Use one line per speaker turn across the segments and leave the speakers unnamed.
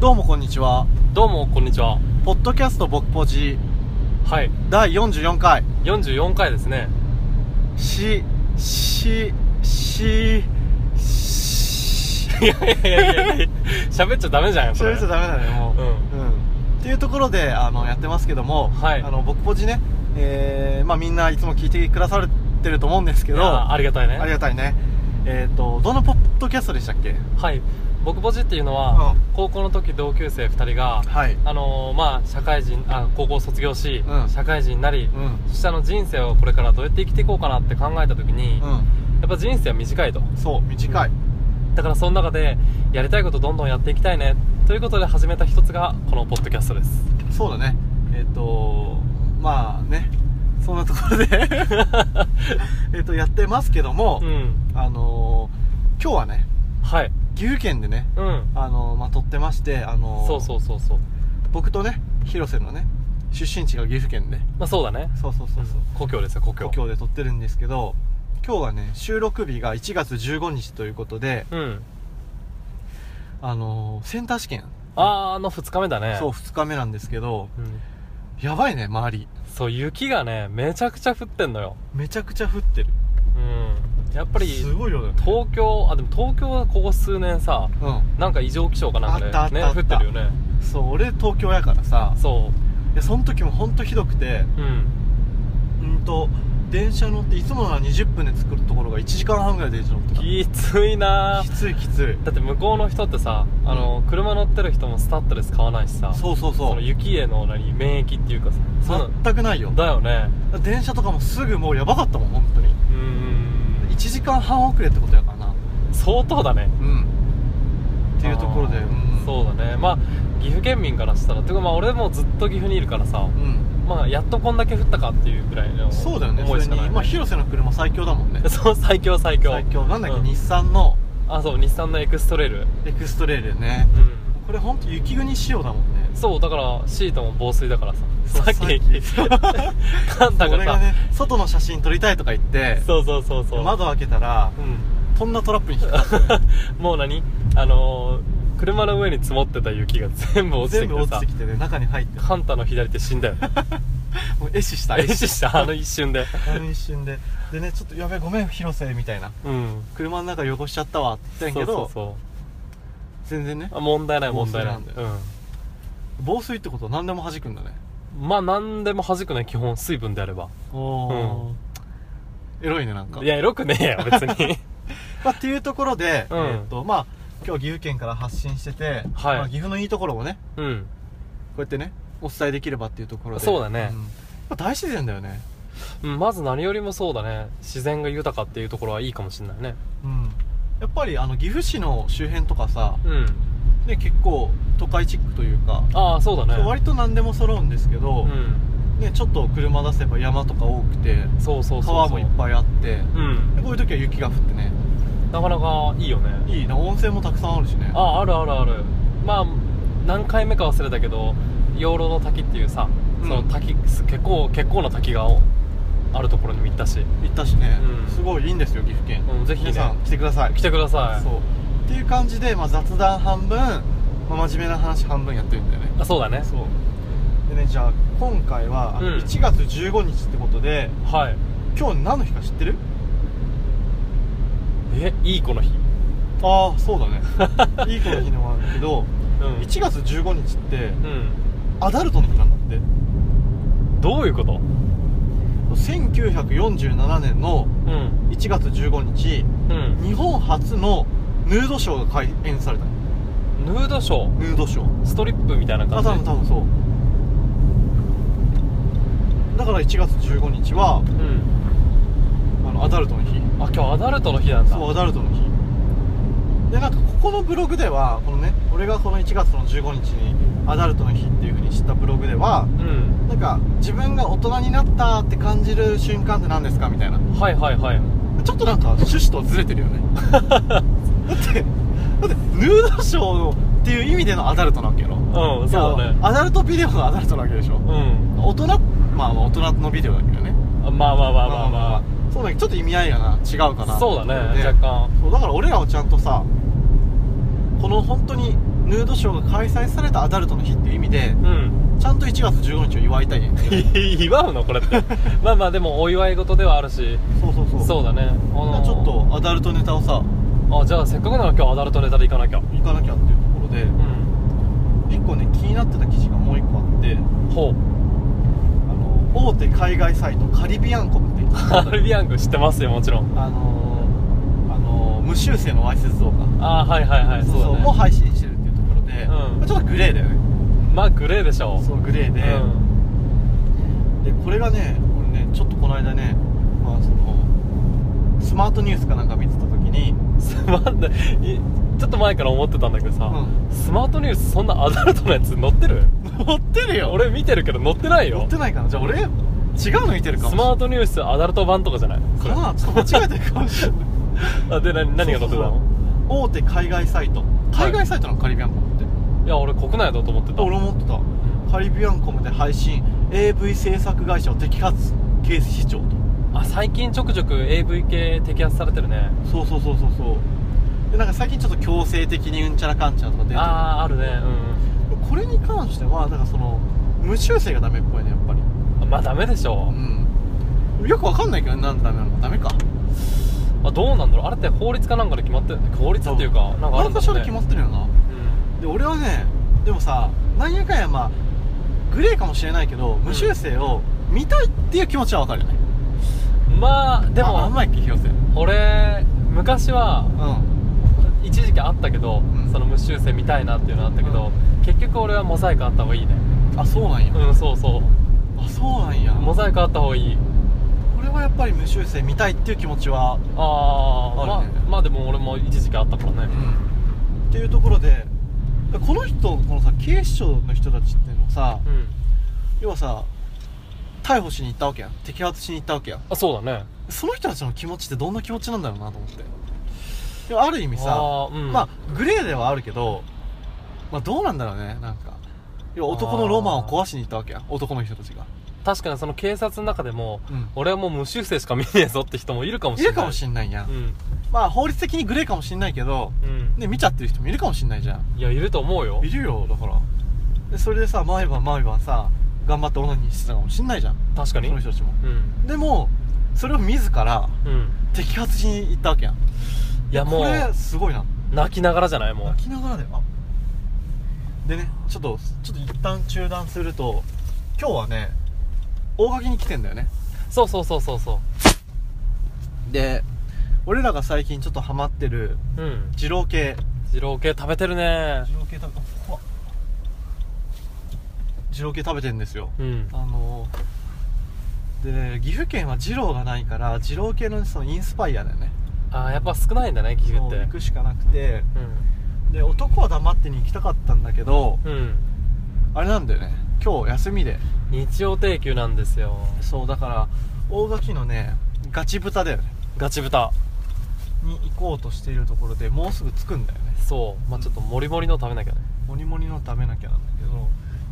どうもこんにちは
どうもこんにちは
ポッドキャスト僕ポジ
はい
第44回
44回ですね
しししし
いやいやいやいや喋っちゃダメじゃん
それじゃ
ゃ
ダメだねもう
うん
うんっていうところであのやってますけども、
はい
あの僕ポジね、えーまあ、みんないつも聞いてくださってると思うんですけ
け
ど
どありがたいね
ありがたいねえっ、とどのポッドキャストでしたっけ
はい僕ぼじっていうのは、
うん
高校の時同級生2人が
はい
あのーまあ社会人あ高校を卒業し、
うん
社会人になり、
うん
そしてあの人生をこれからどうやって生きていこうかなって考えた時に、や
う
っぱ人生は短いと
んそう短い、
だからその中でやりたいことどんどんやっていきたいねということで始めた一つがこのポッドキャストです
そうだねえっ、とまあねそんなところ でえっとやってますけども、
うん
あのー今日はね
はい
岐阜県でね
うん
あのーまあ、撮ってまして、あのー
そうそうそうそう
僕とね広瀬のね出身地が岐阜県で
まあそうだね
そうそうそうそう、
故郷ですよ故郷
故郷で撮ってるんですけど今日はね収録日が1月15日ということで、
うん
あのーセンター試験、
あーあの2日目だね
そう2日目なんですけど
うん、
やばいね周り
そう雪がねめちゃくちゃ降ってんのよ
めちゃくちゃ降ってる
うんやっぱり
すごい量だよね
東京あでも東京はここ数年さ
う
なんか異常気象かなん
あっ
か
た
で
あ
ね
った
降ってるよね
んそう俺東京やからさ
そ
いやその時も本当ひどくて
ううん
うんと電車乗っていつもなら20分で着くところが1時間半ぐらい電車乗ってた
きついな
きついきつい
だって向こうの人ってさあの、車乗ってる人もスタッドレス買わないしさ
そうそうそ
の
う
雪への何免疫っていうかさそういう
全くないよ
のだよね
電車とかもすぐもうやばかったもん本当に
うーん
1時間半遅れってことやからな
相当だね
うんっていうところで
あ
うん
ーそうだねまあ岐阜県民からしたらてかまあ俺もずっと岐阜にいるからさ
うん
まあやっとこんだけ降ったかっていうぐらいの
そうだよねそ
思い
れ
しか
に
ない、
まあ広瀬の車最強だもんね
そう最強最強
最強なんだっけ、
う
日産の
あそう日産のエクストレイル
エクストレイルね
うん
これ本当雪国仕様だもんね
そうだからシートも防水だから
そう
ささっき
さっ
カンタが
俺
さ、
がね外の写真撮りたいとか言って
そうそうそうそう
窓開けたら
うん
とんなトラップに引っかかっ
もう何あのー、車の上に積もってた雪が全部
て
落ちて
全
き
部
て
落ち
さ
てきてね中に入って
カンタの左手 死んだよね
もう壊死した
え死したあの一瞬で
あの一瞬ででねちょっとやべえごめん広瀬みたいな
うん
車の中汚しちゃったわって言ったんやけど
そうそうそう
全然ね
あ問題ない問題ない
防水なんだ
うん
防水ってことは何でも弾くんだね
まあ何でも弾くね基本水分であれば
おお、エロいねなんか
いやエロくねえよ 別に
まあ、っていうところで、
うん
えっとまあ今日岐阜県から発信してて、まあ、岐阜のいいところをね
うん
こうやってねお伝えできればっていうところで
そうだ
ん
ね
まあ、大自然だよね
うんまず何よりもそうだね自然が豊かっていうところはいいかもしれないね
うんやっぱりあの岐阜市の周辺とかさ、
うん
ね、結構都会チックというか、
ああそうだね
そう割と何でも揃うんですけど、
うん
ね、ちょっと車出せば山とか多くて
そうそうそうそう
川もいっぱいあって
うん
でこういう時は雪が降ってね
なかなかいいよね
いいな温泉もたくさんあるしね
あああるあるあるまあ何回目か忘れたけど養老の滝っていうさ、
うん
その滝結構結構な滝があるところにも行ったし、
行ったしね、
うん
すごいいいんですよ岐阜県、
うん、ぜひね
皆さん来てください
来てください
そうっていう感じで、まあ、雑談半分、まあ、真面目な話半分やってるんだよね
あそうだね
そうでねじゃあ今回はあの
うん
1月15日ってことで、
はい
今日何の日か知ってる
えいい子の日
ああそうだ ねいい子の日でもあるけど
うん
1月15日って
うん
アダルトの日なんだって
どういうこと
1947年の
うん
1月15日
うん
日本初のヌードショーが開演されたの
ヌードショー
ヌードショー
ストリップみたいな
あ
感じ
多分多分そうだから1月15日は
うん
あのアダルトの日
あ今日アダルトの日なんだ
そうアダルトの日でなんかここのブログではこのね俺がこの1月の15日にアダルトの日っていう風に知ったブログでは
うん
なんか自分が大人になったって感じる瞬間って何ですかみたいな
はいはいはい
ちょっとなんか趣旨とずれてるよ ねだってだってヌードショーのっていう意味でのアダルトなわけやろ
うんそうだね
アダルトビデオのアダルトなわけでしょ
うん
大人まあまあ大人のビデオだけどね
あまあまあまあまあまあ
そうだけどちょっと意味合いがな違うかな
そうだね
と思って
若干
そうだから俺らはちゃんとさこの本当にヌードショーが開催されたアダルトの日っていう意味で
うん
ちゃんと1月15日を祝いたい
祝うのこれって まあまあでもお祝い事ではあるし
そうそうそう
そうだねあ
だから
の
ちょっとアダルトネタをさ
とあじゃあせっかくなら今日アダルトネタで行かなきゃ
行かなきゃっていうところで
うん
1個ね気になってた記事がもう1個あって
ほう
あの大手海外サイトカリビアンコムっ ていう
カルビアング知ってますよもちろん
あのーあのー無修正のわいせつ動画
ああはいはいはい
そう
そうだね
もう配信してるっていうところで、
うん
まあちょっとグレーだよね
まあグレーでしょ
そうグレー
う
で、
ん
でこれがね俺ねちょっとこの間ね、まあ、そのスマートニュースかなんか見てた時に
すまんない いちょっと前から思ってたんだけどさ、
う
スマートニュースそんなアダルトのやつ載ってる
乗ってるよ
俺見てるけど載ってない
乗
よ
ってないかなじゃあ俺違うの見てるかも
スマートニュースアダルト版とかじゃないこ
か
れ
なちょっと間違えてるかもしれ ない
あで何何が載ってた
そうそう
の
そう大手海外サイト海外サイトなのカリビアンコムって、
いや俺国内だと思ってた
俺思ってたカリビアンコムで配信 AV 制作会社を摘発警視庁と
あ最近ちょくちょく AV 系摘発されてるね
そうそうそうそうそうでなんか最近ちょっと強制的にうんちゃらかんちゃらとか出てる
ああーあるね
これに関してはだからその無修正がダメっぽいねやっぱり
うんまあダメでしょ
うんよくわかんないけどねなんでダメなのかダメか
あどうなんだろうあれって法律かなんかで決まってる法律っていうかなんかある
何
ん
か
だ
所
ろう
で
ね
決まってるよなで俺はねでもさ何やかんやまあグレーかもしれないけど無修正を見たいっていう気持ちはわかるよね
うんまあで
あ
も
甘いっけ広瀬うん
俺昔は一時期あったけど、
うん
その無修正見たいなっていうのあったけど、
う
結局俺はモザイクあった方がいいね
あそうなんや、
うんそうそう
あそうなんや
モザイクあった方がいい
俺はやっぱり無修正見たいっていう気持ちは
ああ
あるね
まあまあでも俺も一時期あったからね
っていうところでこの人このさ警視庁の人たちっていうのはさ、
うん、
要はさ逮捕しに行ったわけやん摘発しに行ったわけやん
あそうだね
その人たちの気持ちってどんな気持ちなんだろうなと思ってでもある意味さ
あーうん
まあグレーではあるけどまあどうなんだろうねなんか要は男のロマンを壊しに行ったわけやん男の人たちが
確かにその警察の中でも、
うん
俺はもう無修正しか見ねえぞって人もいるかもし
い
れない
るかもしんないやん、
うん
まあ法律的にグレーかもしんないけど
うん、
ね見ちゃってる人もいるかもしんないじゃん
いやいると思うよ
いるよだからでそれでさ毎晩毎晩さ頑張ってオナニーしてたかもしんないじゃん
確かに
その人たちも
うん
でもそれを自ら
うん
摘発しに行ったわけやん
いやも
これ
う
すごいな
泣きながらじゃないもう
泣きながらだよあでねちょっとちょっと一旦中断すると今日はね大垣に来てんだよね
そうそうそうそうそ
で俺らが最近ちょっとハマってる
ううん
二郎系
二郎系食べてるね
二郎系食べ怖二郎系食べてんですよ
うん
あのでね岐阜県は二郎がないから二郎系のそのインスパイアだよね
ああやっぱ少ないんだね岐阜っ
そう行
て
くしかなくてで男は黙ってに行きたかったんだけど
うん、うん、
あれなんだよね今日休みで
日曜定休なんですよ
そうだから大垣のねガチ豚だよね
ガチ豚
に行こうとしているところでもうすぐ着くんだよね
そうまあちょっとモリモリの食べなきゃね
モニモニの食べなきゃなんだけど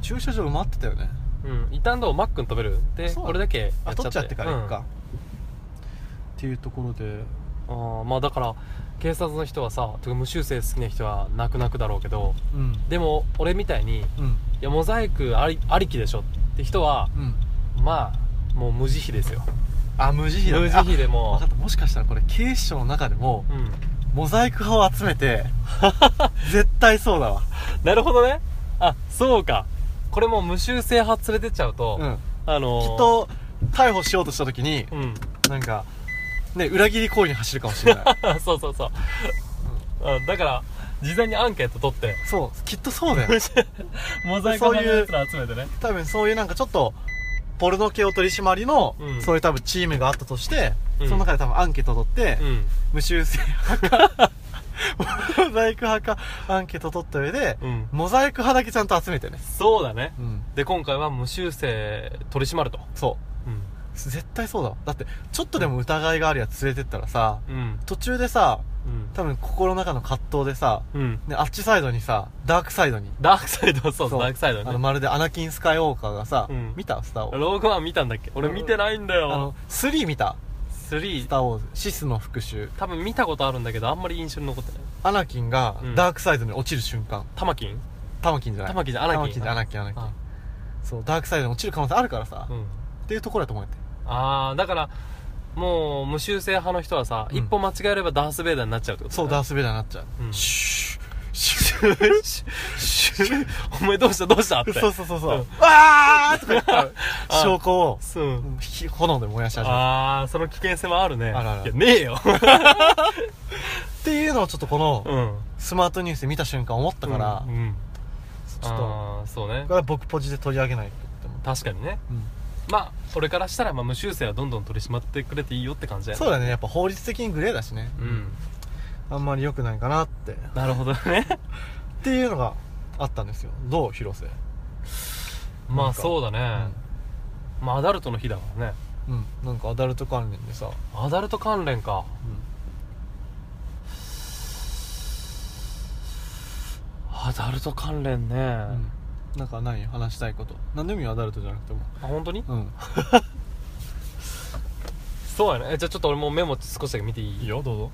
駐車場埋まってたよね
うん一旦どうマックン食べるで
そう
これだけや
あ取っちゃってから行くか、
うん
っていうところで
あーまあだから警察の人はさてか無修正好きな人は泣く泣くだろうけど
うん
でも俺みたいにい
うん
やモザイクありありきでしょって人は
うん
まあもう無慈悲ですよ
あ無慈悲だ、ね、
無慈悲で
あ
も
分かったもしかしたらこれ警視庁の中でも
うん
モザイク派を集め て絶対そうだわ
なるほどねあそうかこれもう無修正派連れてっちゃうと、
うん
あのー、
きっと逮捕しようとした時に
うん
なんかね裏切り行為に走るかもしれない
そうそうそう、あだから事前にアンケート取って
そうきっとそうだよ
モザイク派のやつら集めてね
多分そういうなんかちょっとポルノ系を取り締まりの、
うん
そういう多分チームがあったとして、
うん
その中で多分アンケートを取って、
うん
無修正派かモザイク派かアンケートを取った上で、
うん
モザイク派だけちゃんと集めてね
そうだね
うん
で今回は無修正取り締まると
そ
うん
う絶対そうだわだってちょっとでも疑いがあるやつ連れてったらさ
うん
途中でさ
うん
多分心の中の葛藤でさ、
うん
ね、あっちサイドにさダークサイドに
ダークサイドそう
そう
ダークサイド
あの
ね
まるでアナキン・スカイウォーカーがさ、
うん
見たスターを
ローグワン見たんだっけ俺見てないんだ
あ
よ
の3見た「ス
3
ター・ウォーズ」シスの復讐
多分見たことあるんだけどあんまり印象に残ってない
アナキンが
うん
ダークサイドに落ちる瞬間、
タマキン
タマキンじゃない
タマキンじゃアナキン
タマキンアナキンアナ
あ
キンそうダークサイドに落ちる可能性あるからさ、
う
っ
ん
ていうところだと思うよって
あーだからもう無修正派の人はさ、
うん
一歩間違えればダース・ベイダーになっちゃうってこと
そうダー
ス
ス・ベイダーになっちゃう、
うん
シューシュー
お前どうしたどうしたって
そうそうそうそう、
うん
わーとか言った
あ
証拠を
そう、ん、
火炎で燃やし始める
ああその危険性もあるね
あるある
いやねえよ
っていうのをちょっとこの
うん
スマートニュースで見た瞬間思ったから、
うんうん、
ちょっと
ああそうね
これは僕ポジで取り上げないと思っ
確かにね
て、うん
まあ俺からしたら、まあ、無修正はどんどん取り締まってくれていいよって感じだよね
そうだねやっぱ法律的にグレーだしね、
うん
あんまり良くないかなってっ
なるほどね
ていうのがあったんですよどう広瀬
ま
な
あ
んか
そうだね、まあアダルトの日だからね
うん、うん、なんかアダルト関連でさ、
アダルト関連かアダルト関連ね、
うんなんか何話したいこと何でもいいよアダルトじゃなくても
あ本当に
うん
そうやねえじゃあちょっと俺もうメモ少しだけ見て いい
よどうぞ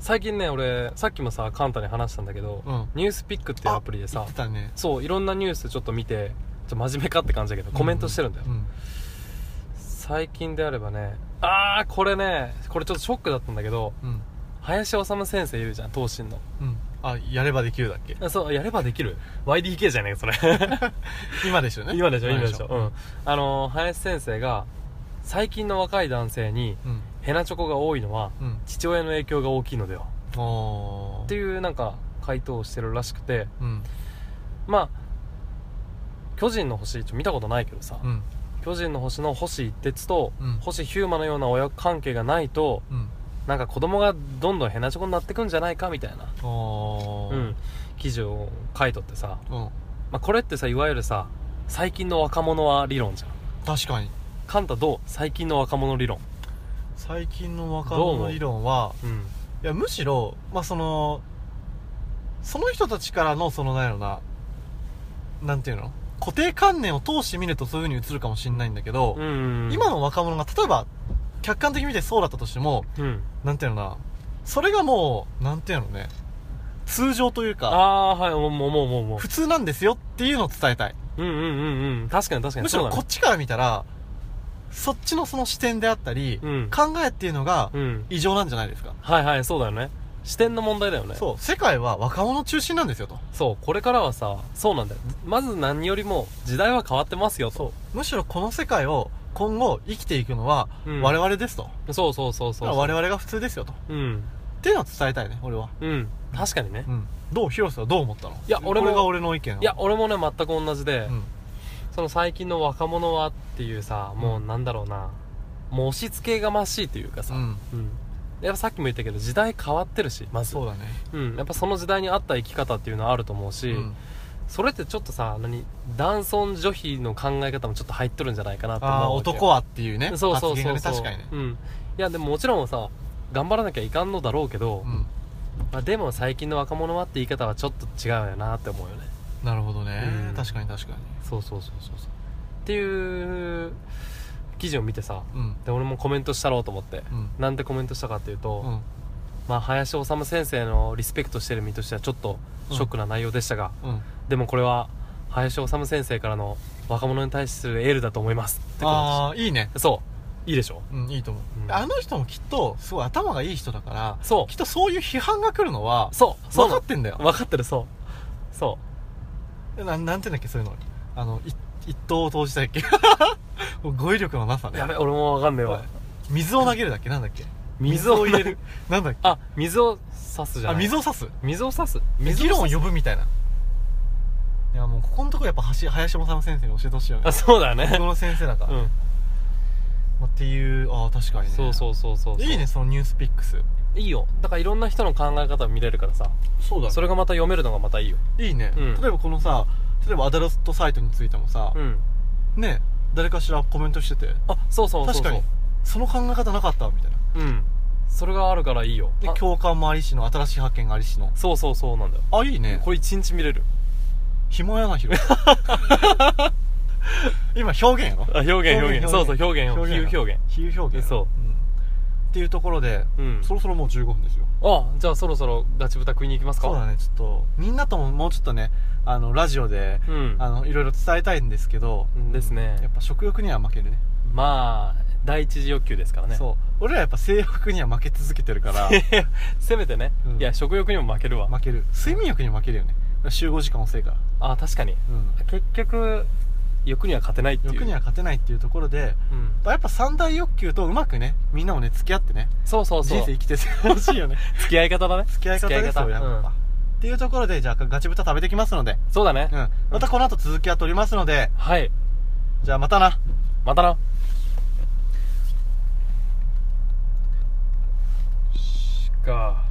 最近ね俺さっきもさカンタに話したんだけど、
うん
ニュースピックっていうアプリで
言
さ
ってたね
そういろんなニュースちょっと見てちょっと真面目かって感じだけどコメントしてるんだよ、
う
最近であればねああこれねこれちょっとショックだったんだけど
うんうん、
林修先生いるじゃん東進の
うん、あやればできるだっけ
あそうやればできる YDK じゃねえかそれ
今でしょね
今でしょ今でしょ、うん、あのー林先生が最近の若い男性に
うん
ヘナチョコが多いのは
うん
父親の影響が大きいのでは
うんおー
っていうなんか回答をしてるらしくて
うん
まあ巨人の星ちょ見たことないけどさ、
うん
巨人の星の星一徹と、
うん
星ヒューマのような親子関係がないと
うん
なんか子供がどんどんヘナチョコになってくんじゃないかみたいな、
おー
うん、記事を書いとってさ、
うん
まあ、これってさいわゆるさ最近の若者は理論じゃん
確かに
カンタどう最近の若者理論
最近の若者の理論は
うん
いやむしろまあそのその人たちからのそのなんやろななんていうの固定観念を通して見るとそういう風に映るかもしれないんだけど、
うん
今の若者が例えば客観的に見てそうだったとしても
うん
なんていうのなそれがもうなんていうのね通常というか
ああーはいもうもうもうもうも
普通なんですよっていうのを伝えたい
うんうんうんうん確かに確かに
むし
そう
ろ
だ
こっ
ね
ちから見たらそっちのその視点であったり、
うん
考えっていうのが
うん
異常なんじゃないですか、
はいはいそうだよね視点の問題だよね
そう世界は若者中心なんですよと
そうこれからはさそうなんだよまず何よりも時代は変わってますよと
むしろこの世界を今後生きていくのは
うん
我々ですと、だか
そうそうそうそう
ら我々が普通ですよとっ
うん
ていうのを伝えたいね俺は、
うん確かにね
うん、どう広瀬はどう思ったの
いや俺も
これが俺の意見
いや俺もね全く同じで、
うん
その最近の若者はっていうさもうなんだろうな、もう押し付けがましいというかさ、
うん
うんやっぱさっきも言ったけど時代変わってるしまず
そうだね
うん、やっぱその時代に合った生き方っていうのはあると思う
う
し、
ん
それってちょっとさ何男尊女卑の考え方もちょっと入っとるんじゃないかなって思
あ
う
あー
わけ
男はっていうね
そうそうそうそ
発言が
う、
ね確かにね
うん、いやでももちろんさ頑張らなきゃいかんのだろうけど、
うん
まあ、でも最近の若者はって言い方はちょっと違うよなって思うよね
なるほどね、
うん
確かに確か
そうそうそうそうそうっていう記事を見てさ
にうん
で俺もコメントしたろうと思って、
うん
なんでコメントしたかっていうと、
うん
まあ、林修先生のリスペクトしてる身としてはちょっとショックな内容でしたが、
うん
でもこれは林修先生からの若者に対するエールだと思いますってこと
ああいいね
ですそういいでしょ
うんいいと思う、
うん
あの人もきっとすごい頭がいい人だから
そう
きっとそういう批判が来るのは
そうそう
分
な
か
の
ってんだよ
分かってるそうそ
ななんていうんだっけそういうのあのい一投を投じたっけ もう語彙力のなさ
う
ね
やべ俺も分かんねえ
おい
わ
水を投げるだっけなんだっけ
水を
入れるなんだっけ
あ水を差すじゃ
あ
ない
水
を
を差す
水を差す水
議論を
差す
呼ぶみたいないやもうここのとこやっぱはし林修先生に教えてほしいよね
あそうだ
こ
ね
の先生だから、
う
ま
ん
あっていうああ確かにね
そうそうそうそう
いいねそのニュースピックス
いいよだからいろんな人の考え方を見れるからさ
そうだ
それがまた読めるのがまたいいよ
いいね、
うん
例えばこのさ例えばアダルトサイトについてもさ、
うん
ね誰かしらコメントしてて
あそうそうそうそ
確か
う
にその考え方なかったみたいな
うんそれがあるからいいよ
で
あ
共感もありしの新しい発見がありしの
そうそうそうなんだよ
あいいね
これ一日見れる
暇やな広今表現やろ
あ表現表現そうそう表現
表現
比喩表現
比喩表現
そ
んっていうところで、
うん
そろそろもう15分ですよ
あじゃあそろそろガチ豚食いに行きますか
そうだねちょっとみんなとももうちょっとねあのラジオで、
うん
あのいろいろ伝えたいんですけど
うんですね
やっぱ食欲には負けるね
まあ第一次欲求ですからね
そう俺らやっぱ性欲には負け続けてるから
せめてね、
うん
いや食欲にも負けるわ、
負ける睡眠欲にも負けるよね集合時間遅いから
あ確かに
うん
結局欲には勝てないっていう
欲には勝てないっていうところで
うん、
やっぱ三大欲求とうまくねみんなもね付き合ってね
そうそうそう
人生生きてほしい よね
付き合い方だね
付き合い方ですよやっぱ、
うん
っていうところでじゃあガチ豚食べてきますので、
そうだね、
うん、またこの後続きは取りますので
はい
じゃあまたな
またなしか